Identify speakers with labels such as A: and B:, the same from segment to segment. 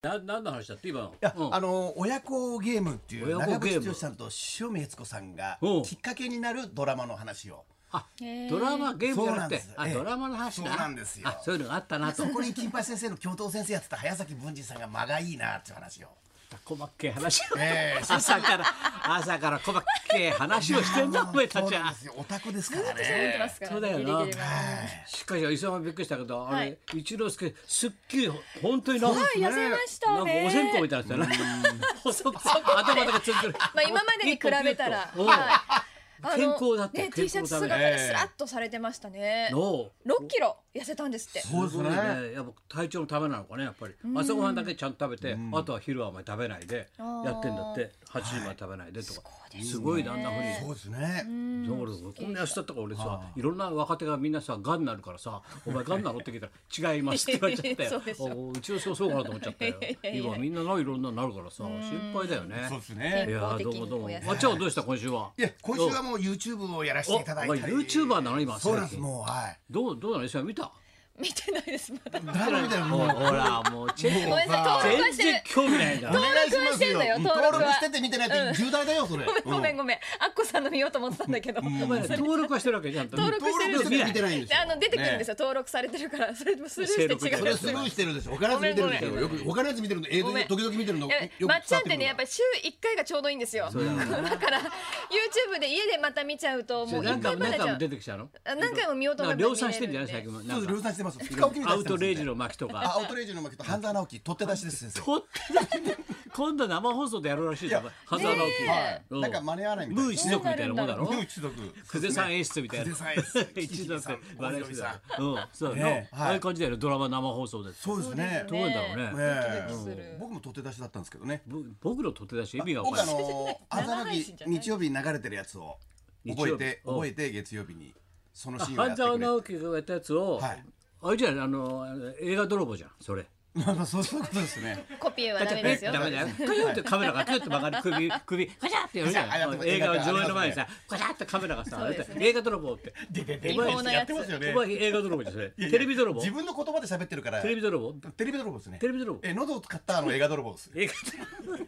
A: な何の話だって今の
B: いや、
A: うん
B: あの親子ゲームっていう
A: 親子
B: 長
A: ゲーム
B: 渕剛さんと塩見悦子さんが
A: うん
B: きっかけになるドラマの話を
A: あ
C: へー
A: ドラマゲームじゃなく
B: そうなんで
A: て
B: す
A: あ
B: ええ
A: ドラマの話な
B: そうなんですよ
A: あそういうのがあったなと
B: そこに金八先生の教頭先生やってた早崎文治さんが間がいいなっていう話 を
A: 細っけえ話を、
B: ええ
A: 朝から朝から細っけえ話をしてんだお前たち
B: そうなん
A: は
B: ですよオタクですから
C: 見てま
B: ね
C: すから、
A: そうだよな
C: ギリギリまで
A: しかし磯山びっくりしたけど、
C: は
A: あ
C: い
A: れ一之輔すっきり本当になんか、
C: はい痩せましたね
A: なんかお線香みたいな人だね細く頭だけつるつる
C: まあ今までに比べたら、
A: お
C: はいあの
A: 健康だって
C: ね、
A: 健
C: T
A: 康
C: シ
A: だね
C: ャツ姿でスラッとされてましたね。
A: の
C: 六キロ痩せたんですって。
B: そうです
A: すごい
B: ね
A: ねやっぱ体調のためなのかねやっぱり朝ごはんだけちゃんと食べて、あとは昼はあんまり食べないで
C: あー
A: やってんだって8時まで食べないでとか、
C: そうです
A: すごいねあんなふうに
B: そうですね
A: だからこんな痩せたとか俺さいろんな若手がみんなさがんになるから さ「お前がんなの?」って聞いたら「違います」って言われちゃったよ
C: そうでしょ
A: おうちの人そうかなと思っちゃったよ
C: いやいやいや
A: 今みんながいろんなになるからさ心配だよね
B: そうですね
A: いやー
C: 健
A: ど
C: 康
A: う
C: 的
A: も
C: に
A: どう
C: お
A: も
C: 痩せ
A: まっちゃんはどうした今週はい
B: や今週はもう YouTube をやらせていただい
A: お
B: た
A: 前
B: り
A: YouTuber なの今
B: そうなんです
A: 最近
B: もうはい
A: どうどうなの一緒に見た
C: 見てないですまだ。
B: ダメだよも
A: ほ
B: う
A: らもうチェ
C: ごめんなさい登録は
A: 全
C: してる
A: 然。興味ないんだ
B: お願いします
C: 登録はしてんだよ
B: うん登
C: 登録は
B: 録してて見てないって重大だよそれ
C: ごめんごめん
B: う
C: ごめん。アッコさんの見ようと思ってたんだけど。
A: お前ね登録はしてるわけじゃんと
C: 登録してるんです
B: 登録して見てないんですよ
C: あの出てくるんですよ、登録されてるからそれでもスルーして
A: 登
C: 違
A: 録
B: そ
A: で
B: れ
C: う
B: スルーしてるでしょ他のやつ見てるでしょよく他のやつ見てるの映像
C: ごめん
B: 時々見てるの
C: い
B: よ
C: や
B: く
C: まっちゃんってねやっぱ
B: り
C: り週一回がちょうどいいんですよ
A: うだよ
C: だから YouTube で家でまた見ちゃうともう
A: 何
C: 一
A: 回
C: 回
A: も何
C: までじ
A: 回
C: ゃ
A: も
C: ん
A: 出てきちゃうの
C: 何回も見ようと思
A: なん
C: って
A: か量産してんじゃない
C: 見れ
A: 最
C: る
A: 近
C: で
A: も
B: そう
A: なん
B: で
A: か
B: す量産してます2日おきに出してます
A: アウトレイジの巻とか
B: あアウトレイジの巻と半沢直樹取って出しです先生
A: 取って出しで今度生放送でやるらしいじゃんハザード
C: ね
B: え
A: う
B: なんか間に合わないみたい
A: ムー一族みたいなもんだろ
B: ムー一族
A: 久世さん演出みたいな
B: 久世さん演 出
A: 一族
B: さん
A: 笑いしてたうんそうだ
B: ね
A: ね
B: えはい
A: ああいう感じだよねドラマ生放送で
B: そうですね
A: どうなんだろうね
B: ね
C: ドキドキする
B: 僕も取って出しだったんですけどね
A: ぼ僕の取って出し意味が分
B: 僕
A: か
B: あ
A: んない
B: のー朝
C: 生
B: の
C: 配
B: 日
C: 信じゃない
B: 日曜日に流れてるやつを覚えて
A: 日曜日うん
B: 覚えて月曜日にそのシーンをや
A: 半
B: ってくれ
A: 沢
B: て
A: 直樹がやったやつを
B: はい
A: あれじゃないあの映画泥棒じゃんそれ
B: まあまあそうそういうことですね
C: コピーは
A: だ
C: ダメですよ
A: ダメだよ。カチャってカメラがカチャって曲がる首首カチャってやるじ
B: カチャ
A: ゃ
B: あ
A: ん。
B: や
A: 映
B: って
A: 画
B: ます
A: 上映の前にさカチャってカメラがさ
C: そうですね
A: 映画泥棒って。
B: 違
C: 違法なやつ
A: お前映画泥棒じゃんそれ。テレビ泥棒。
B: 自
A: テ
B: 分の言葉で喋ってるから
A: レビ泥棒。
B: テレビ泥棒ですね
A: テレビ泥棒
B: え喉を使ったあ の映画泥棒です
A: 映画泥棒。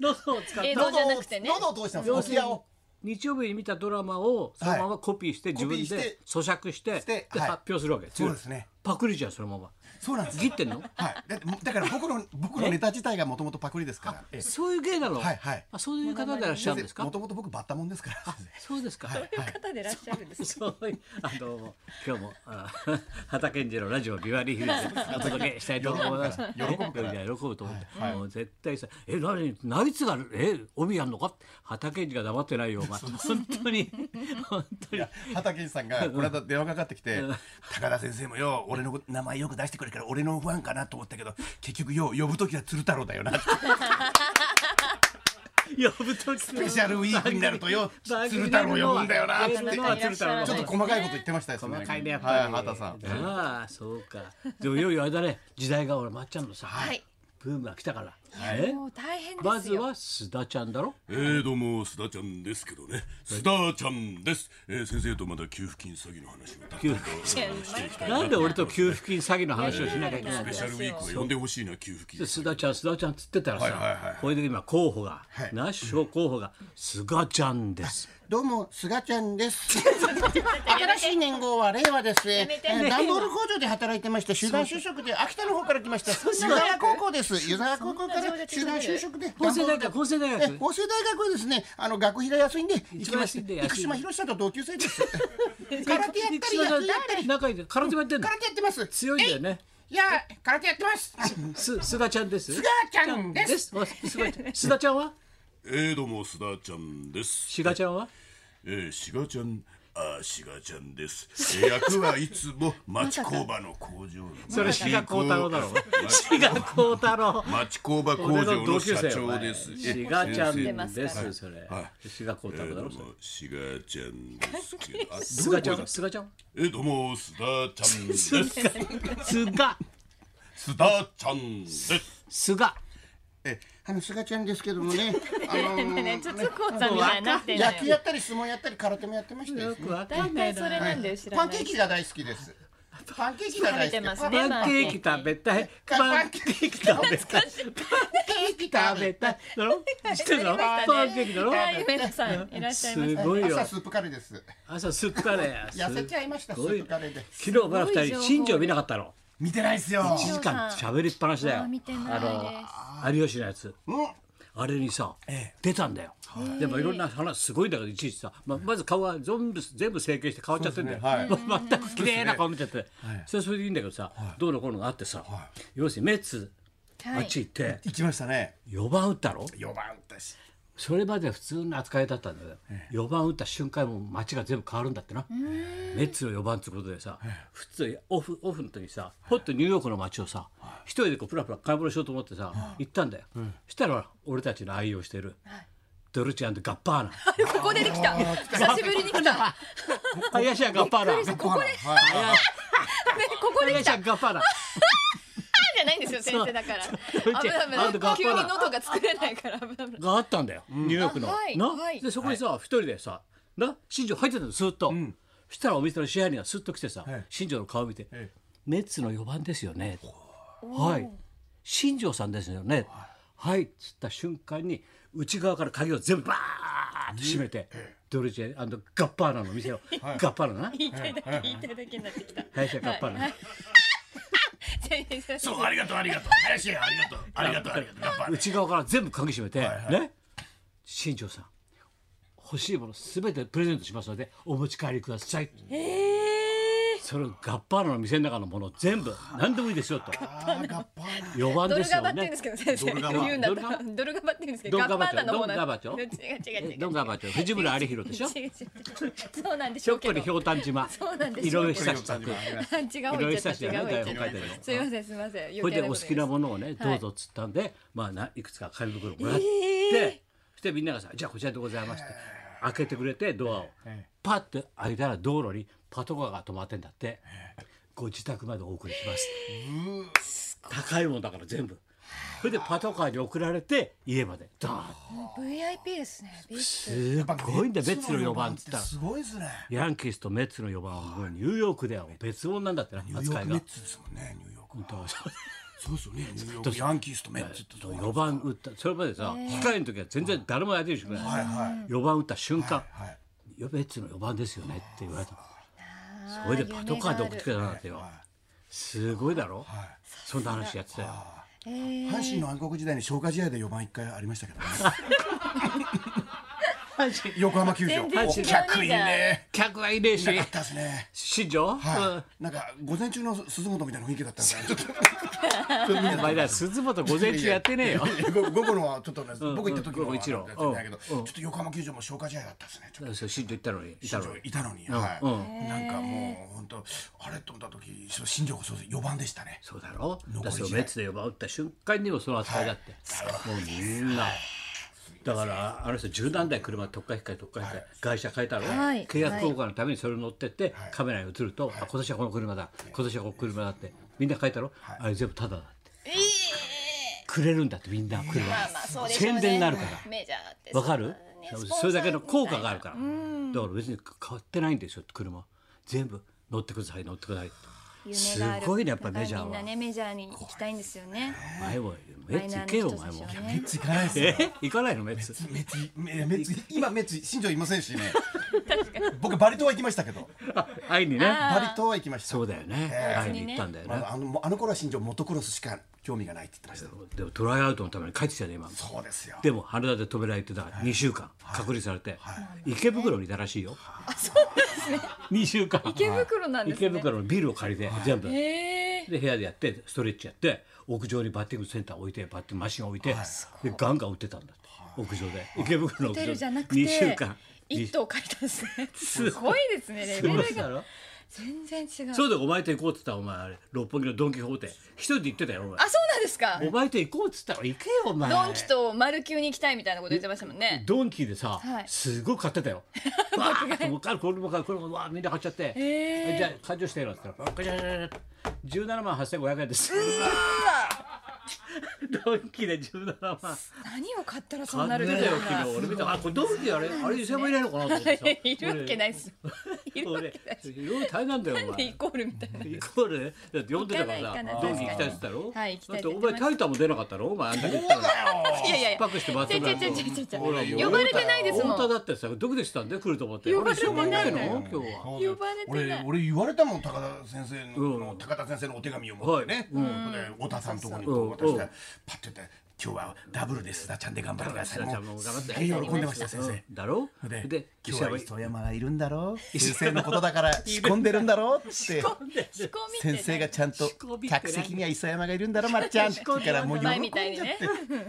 A: 喉を使っ
C: 映
A: た
C: 像じゃなくてね
B: 喉を通したんです
A: 要
B: お
A: する
B: 部
A: に
B: 屋を
A: 日曜日に見たドラマをそのままコピーして自分
B: コピーして
A: で咀嚼して
B: して
A: で
B: はい
A: 発表するわけ。
B: そうですね。
A: パクリじゃんそのまま。
B: そうなんです
A: 切ってんの？
B: はい、だってだから僕 の僕のネタ自体がもともとパクリですから。ええ
A: そういう芸なの。
B: はいはい
A: あそういう方でいらっしゃるんですか
B: も？ともと僕バッタモンですから。
A: そうですか。
B: はいはい
C: 方でいらっしゃるんです
A: そういう、あ、どうも、今日も、あ、 畑健二のラジオビバリーヒルズ、お届けしたいと思います。
B: 喜ぶから喜ぶから
A: いや喜ぶと思って、もう絶対さ、え、なに、ナイツが、え、帯やんのか。畑健二が黙ってないよ、お前、本当 に、本当に
B: いや。畑健さんがこの間電話かかってきて「高田先生もよ俺のこと名前よく出してくれるから俺のファンかなと思ったけど結局よ呼ぶ時は鶴太郎だよ な」ス
A: 呼ぶとき。ス
B: ペシャルウィークになるとよ鶴太郎呼ぶんだよな」っつって
A: ち
B: ち
A: ょ
B: ょ
A: っと
B: っ
C: いらっしゃらない
B: と細かいこと言ってましたよ
A: 細かいね
B: ね
A: やっぱり、
B: はい畑さん
A: ああそうかでもいよいよあれだね時代が俺まっちゃんのさ、
C: はい
A: ブームが来たから、
B: はい
A: え
C: もう大変ですよ
A: まずは須田ちゃんだろ
D: えー、どうも、須田ちゃんですけどね。須田ちゃんです。えー、先生とまだ給付金詐欺の話をたく
A: 給
D: さん
A: 付金
D: していきたい
A: なん
D: な。
A: で俺と給付金詐欺の話をしなきゃいけない
C: いやいやいや
A: ん
D: スペシャ
A: だよ
D: ルウィークを呼んでほしいな、給付
A: で
D: 金。
A: 須田ちゃん須田ちゃんっつってたら
B: はいはいは
A: さ
B: い
A: これで今候補が
B: はい
A: ナッシュ候補が菅ちゃんです
E: どうも、すがちゃんです。 新しい年号は令和です。え
C: めて
E: ー段ボール工場で働いてまして、集団就職で秋田の方から来ました。湯沢高校です。湯沢高校から集団就職で。
A: 法政
E: 段
A: 大学法政大
E: ボールえ
A: 学
E: 法政大学はですね、あの学費が安いんで、行きま
A: 一番安い
E: し
A: んで
E: て、
A: 安い
E: 生島博士さんと同級生 です。空手やったり、野球やったり、
A: 仲いいんだよ空手もやってんの
E: 空手やってます。
A: 強いんだよね
E: えい。いや、空手やってます。
A: す菅ちゃんです
E: すがちゃんです。
A: すあす菅ちゃん須田ちゃんは
D: えー、どうも、須田ちゃんです。
A: 志賀ちゃんは
D: えー、しがちゃん。あー、しがちゃん です。えー、役はいつも町工場の工場の。
A: それ志賀幸太郎だろ
D: 町
A: 志賀幸太郎
D: 町工場工場の社長です。
A: 志賀ちゃ
D: えー
A: んで
C: 先
A: すそれ
D: はい
A: 志賀幸太
D: え
A: 郎
D: ー
A: だ
D: ど
A: ろ
D: うも、しがちゃんですけど。あ
A: 菅ちゃん菅ちゃん
D: えー、どうも、須田ちゃんです。
A: 菅
D: 須田ちゃんです。
A: 菅
E: あの、すがちゃんですけどもね、 あの
C: ねえねえ
E: ー、
C: ちょっとこうさんみたいになってんのよ
E: 野球やったり、相撲やったり、空手もやってましたよ
A: よ。くわか
C: 大
A: んない
C: 体それなんだよ知らな
E: パ
C: い
E: ンケーキが大好きです。パンケーキが大好き
C: 食べてますね
A: パンケーキ食べたい。
E: パ
A: パン
E: ン
A: ケーキ食べたい。パンケーキ食べたい。だろ知ってるだろパンケーキだろ
C: はい、梅田さんいらっしゃいますす。
A: ごいよ
E: 朝。スープカレーです
A: 朝すっかれ。
E: 痩せちゃいました
A: す
E: ス
A: ごい
E: ープカレーで
A: 昨日まだ二
C: す
A: 人
C: ごい情報
A: 新庄見なかったの。
B: 見てないっすよ。
A: 一時間喋りっぱなしだよ。
C: あ見てないです
A: あの有吉のやつ。あれにさ、出たんだよ。でもいろんな話すごいんだけどいちいちさ、ままず顔は全部全部整形して変わっちゃってんだよ。
B: そうです
A: ま全く綺麗な顔見ちゃって。それはそれでいいんだけどさ、どうのこうのがあってさ、要するにメッツあ
C: は
A: っ
C: い
A: ち行って
B: 行きましたね。
A: 4番打ったろ。
B: 四番だし。
A: それまでは普通の扱いだったんだけど、4番打った瞬間もう街が全部変わるんだってなメッツの4番ってことでさ、普通オフオフの時にさほっとニューヨークの街をさ、一人でこうプラプラ買い物しようと思ってさ、行ったんだよ、そしたら俺たちの愛用してる、ドルチェガッパーナ
C: あここでできた。久しぶりに来た。ね、
A: 林家ガッパーナ林
E: ここで
C: ここで来た。
A: 家ガッパーナ
C: じゃないんですよ、先生だから。
A: う
C: 危ない
A: あと学
C: 危ない。
A: 校
C: 急
A: だ
C: に喉が作れないから危ない危ない。
A: があったんだよ、ニューヨークの。
C: あはい
A: な、
C: はい
A: でそこにさ一、人でさな新庄入ってたのずっと、そしたらお店の支配人がすっと来てさ、
B: い
A: 新庄の顔見て、
B: ええ
A: メッツの4番ですよね」はい「新庄さんですよね」はいっつった瞬間に内側から鍵を全部バーッと閉めて、ドルチェガッパーナの店 を、ガッパーナな
C: 言いたいだけ言いたいだけになってきた。
A: 林家ガッパーナ、
C: 先生
D: そうありがとうありがとう林家ありがとうありがとうありがとうやっぱ
A: 内側から全部鍵閉めて、ね新庄さん欲しいものすべてプレゼントしますのでお持ち帰りください。それをガッパーナの店の中のもの全部何でもいいですよと4番
C: ド
A: で
C: ル
A: すよ
C: ガバっ
A: ね
C: て言うんですけど先生言うんだったらドルガバって言うんですけど
A: ド
C: ガ
A: ルガ
C: ッパ
A: バ
C: ーナの方なん
A: ドルガバ
C: 違う違う違う違
A: ドンガバチョ藤村有弘でしょ
C: う違う違うそうなんでし
A: ちょ
C: ょう
A: っ
C: け
A: こ
C: ど
A: りひょうたん島
C: そうなんです
A: 井
C: よ
A: 上久志作
C: あ違う方行っちゃった違う方行っちゃったすいませんすいません
A: これでお好きなものをね
C: は
A: ど
C: いう
A: ぞっつったんでまあないくつか紙袋もらってそしてみんながさ「じゃあこちらでございます」って開けてくれてドアをパッて開いたら道路にパトカーが止まってんだってご自宅までお送りします高いもんだから全部それでパトカーに送られて家までドーン
C: VIP ですね VIP
A: すっごいんだよベッツの4番っつったら
B: すごいですね。
A: ヤンキースとメッツの4番はもうニューヨークではもう別物なんだってな
B: ニューヨ
A: 扱
B: ー
A: い
B: クメ
A: が
B: ッ。ツですもんね、ニューヨーク。
A: どうぞ
B: そうですよね、ニューヨーク。ヤンキースとメッツってそう。
A: 4番打ったそれまでさ控えの時は全然誰も相手にしてくれない4番打った瞬間
B: はい。
A: 「よベッツの4番ですよね」って言われたそれでパトカーで送ってくれたんだってよすごいだろそんな話やってたよ
B: 阪神の暗黒時代に消化試合で四番一回ありましたけどね。横浜球場。
C: 全然違うね
B: お客いいね。
A: 客はいねえし
B: なかったですね。
A: 新庄うん
B: はい。なんか午前中の鈴本みたいな雰囲気だったんで、ちょっ と
A: お前ら鈴本午前中やってねえよ
B: ご午後のはちょっとね、僕行った時
A: 午
B: の
A: 後
B: は
A: 一郎
B: やってないけど、ち
A: うん
B: ょ
A: うん
B: っと横浜球場も消化試合だったですね。ちょっと
A: そう新庄行ったのにいたのに
B: いたのに、はい、なんかもう本当あれと思った時、そう新庄こそ四番でしたね。
A: そうだろだから
B: 残
A: そ
B: り
A: の
B: 試合
A: メッツで4番打った瞬間にもその扱いだって、もうみんなだからあの人十何台車特化機械特化機械会社変えたの、
C: はい
A: 契約更換のためにそれ乗ってって、カメラに映ると、あ今年はこの車だ今年はこの車だってみんな変えたろ、あれ全部タダだって
C: え
A: くれるんだってみんな車、
C: まあまあそうでしょう
A: 宣
C: ね
A: 伝になるから
C: メジャーって
A: わかる
C: ねスポンサー
A: それだけの効果があるからだから別に変わってないんですよ車全部乗ってください乗ってくださいって
C: 夢
A: す
C: がある
A: ごいねやっぱり
C: だから
A: メジャー
C: みんな
A: は、
C: ねメジャーに行きたいんですよね
A: 前はメッツ行けよお前も
C: マイナーな人た
B: 行
C: ちはね
B: かないですよ。
A: え行かないのメッツ
B: メッツめメッツ今メッツ新庄いません しね。僕バリ島は行きましたけど、
A: あ会いにね
B: バリ島は行きました。
A: そうだよね、会いに行ったんだよね、
B: まあ、あのもうあの頃は新庄モトクロスしか興味がないって言ってまし
A: でもトライアウトのために帰ってきたね今
B: た。そうですよ。
A: でも羽田で止められてたから2週間隔離されて、池袋にいたらしいよ、2週 間
C: 池袋なんですね
A: 池袋のビルを借りて全部、
C: ええ
A: で部屋でやってストレッチやって屋上にバッティングセンター置いてバッティングマシン置いて、でガンガン打ってたんだって屋上で池袋の
C: ホ
A: 屋上
C: テルじゃなく
A: 2週
C: て
A: 間
C: 一棟借りたんですねすごいですねレベルが
A: が
C: 全然違う
A: そうだよお前と行こうって言ったらお前あれ六本木のドン・キホーテ一人で行ってたよお前
C: あそうなんですか
A: お前と行こうっつったら行けよお前
C: ドンキとマルキューに行きたいみたいなこと言ってましたもんね
A: ドンキでさ、
C: はい
A: すごい買って たよわーっともうこれも買うこれもわーみんな買っちゃって、じゃあ勘定してよって言ったらガチャガチャガチャ17万8500円ですドンキで17万
C: 何を買ったらそう
A: 買
C: な
A: っ
C: るん
A: て
C: だ
A: たよ
C: ろう
A: 昨日俺見たあこれドンキあれあれ伊勢もいないのかなと思ってさ
C: いるわけないですよいるわ
A: 俺
C: けだし。
A: いろいろ大変なんだよお
C: なんで
A: 前
C: イコールみたいな。
A: イコールだって呼んでたから
C: 行か
A: さ
C: ない行
A: ド
C: かない
A: ンキ行きたいって言ったろ
C: はい行きたい
A: だ
C: っ
A: ってて
C: 言
A: お
C: ってま
A: 前
C: した
A: タイタンも出なかったろお前あんだけ言ったのに
C: いやいやいや。
A: パックしてバス
C: ち
A: ブ
C: ょ
A: ラ
C: ち
A: ン
C: ょちょちょちょちょ。
A: ほら
C: 呼ばれてないですも
A: 太田だ
C: ん。
A: ってさドキドキしたんで来ると思って
C: 呼
A: 俺
C: ばれて
A: しょうがな
C: な
A: いい
C: の
A: の今日は
C: 呼ばれてな
B: 俺
C: い。
B: 俺言われたもん高田先生の,、
A: うん
B: 高田先生のお手紙を持ってね、これ太田さんのとこにこう渡して、
A: うん
B: パッて言って「今日はダブルで須田ちゃんで頑張ってください」
A: 須田ちゃん
B: も
A: も
B: う
A: 頑張って
B: すげえ喜んでました先生。
A: だろ
B: で
A: で
B: 今
A: 石
B: 日
A: 山
B: は磯山がいるんだろう先生のことだから仕込んでるんだろうって
C: 仕込みって
B: 先生がちゃんと
A: 仕込みって何
B: 客席には磯山がいるんだろまっちゃんだからもう喜
C: 前
B: ん
C: みたいに
B: じゃっ
C: ね。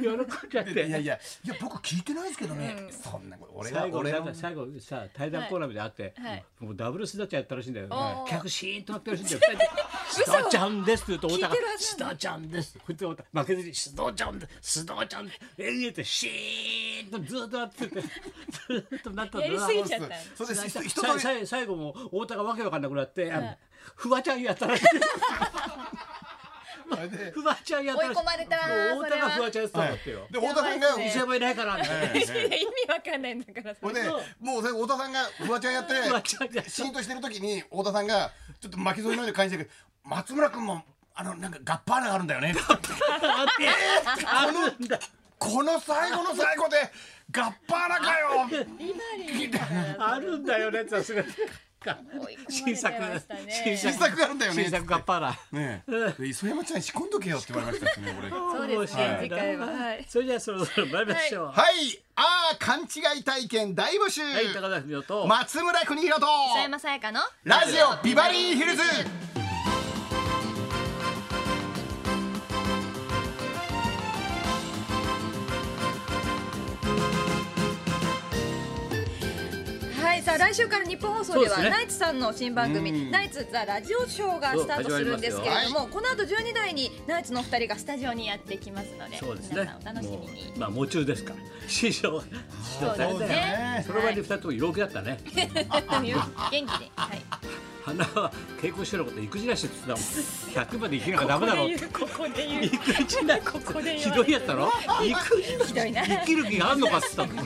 A: 喜んじゃって
B: いや
A: て
B: いやいや僕聞いてないですけどね、そんなこと俺が
A: 最後
B: 俺
A: なん
B: の
A: か最後さ対談コーナーみたいなのあって、
C: はい
A: もうダブルスダちゃんやったらしいんだよ、
C: ー
A: 客シーンとなってるらしい んだよスダちゃんですって言うと思ったか
C: 聞いてるは
A: ら
C: ず
A: ス
C: な
A: ダちゃんですこうやって思った負けずにスダちゃんですスダちゃん永遠ってシーンとずっとなっててずっとなったん
C: や
A: だ
C: り
A: な
C: すぎちゃった。
B: それで一一
A: さい
B: 通り
A: さい最後も太田がわけわかんなくなって、あのフワちゃんやったらしいフワちゃんやったらしい
C: 追い込まれたな
A: もう太田が
C: それは
A: フワちゃんやってたんだってよ、
B: で太田さんが
C: やばいっ
A: 石
C: すね
A: 山いないからみたいな、
C: 意味わかんないんだから。
B: これで
A: そう
B: もうそれ太田さんがフワちゃんやって
A: フワちゃんやって
B: シーンとしてる時に太田さんがちょっと巻き添えのように感じてるけど松村君もあのなんかガッパーナがあるんだよね
A: あってあるんだ
B: この最後の最後でガッパーナかよ
C: リマリンが
A: あるんだよねさすが
C: 追い込
A: 新
C: まれ
A: 作
C: てましたね。
A: 新
B: 新
A: 作
B: 作があるんだよね
A: 新作ガッパーラ
B: ねえで磯山ちゃん仕込んどけよって言われまし たしね俺は
C: そうですね
A: はい
C: 次回ははい
A: それじゃあそろそろ参りましょうはい
B: あー勘違い体験大募集、
A: い高田文夫と
B: 松村邦弘と
C: 磯山さやかの。
B: ラジオビバリーヒルズ
C: はい、さあ来週から日本放送では
A: そうですね
C: ナイツさんの新番組「ナイツ・ザ・ラジオショー」がスタートするんですけれども、この後12台にナイツのお二人がスタジオにやってきますので
A: そうです
C: 皆
A: ね
C: さんお楽しみ
A: も
C: に
A: う。まあ夢中ですから師匠師匠
C: そうですね
A: その場に二人とも陽気だったね
C: 元気で、はい、
A: 花は稽古してること育児なしって言 ってたもん100まで生きなきゃダメだろって
C: ここで言うここで
A: 育児なこ
C: こで
A: ひ
C: 言わ
A: ど
C: れてる
A: いやったろ育児なし
C: 言うひどいな
A: 生きる気があんのかって言ったの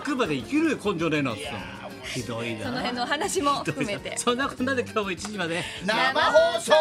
A: 100まで生きる根性ねえなって言ったのひどいな
C: その辺の話も含めて
A: そんなこんなで今日も1時まで
B: 生放送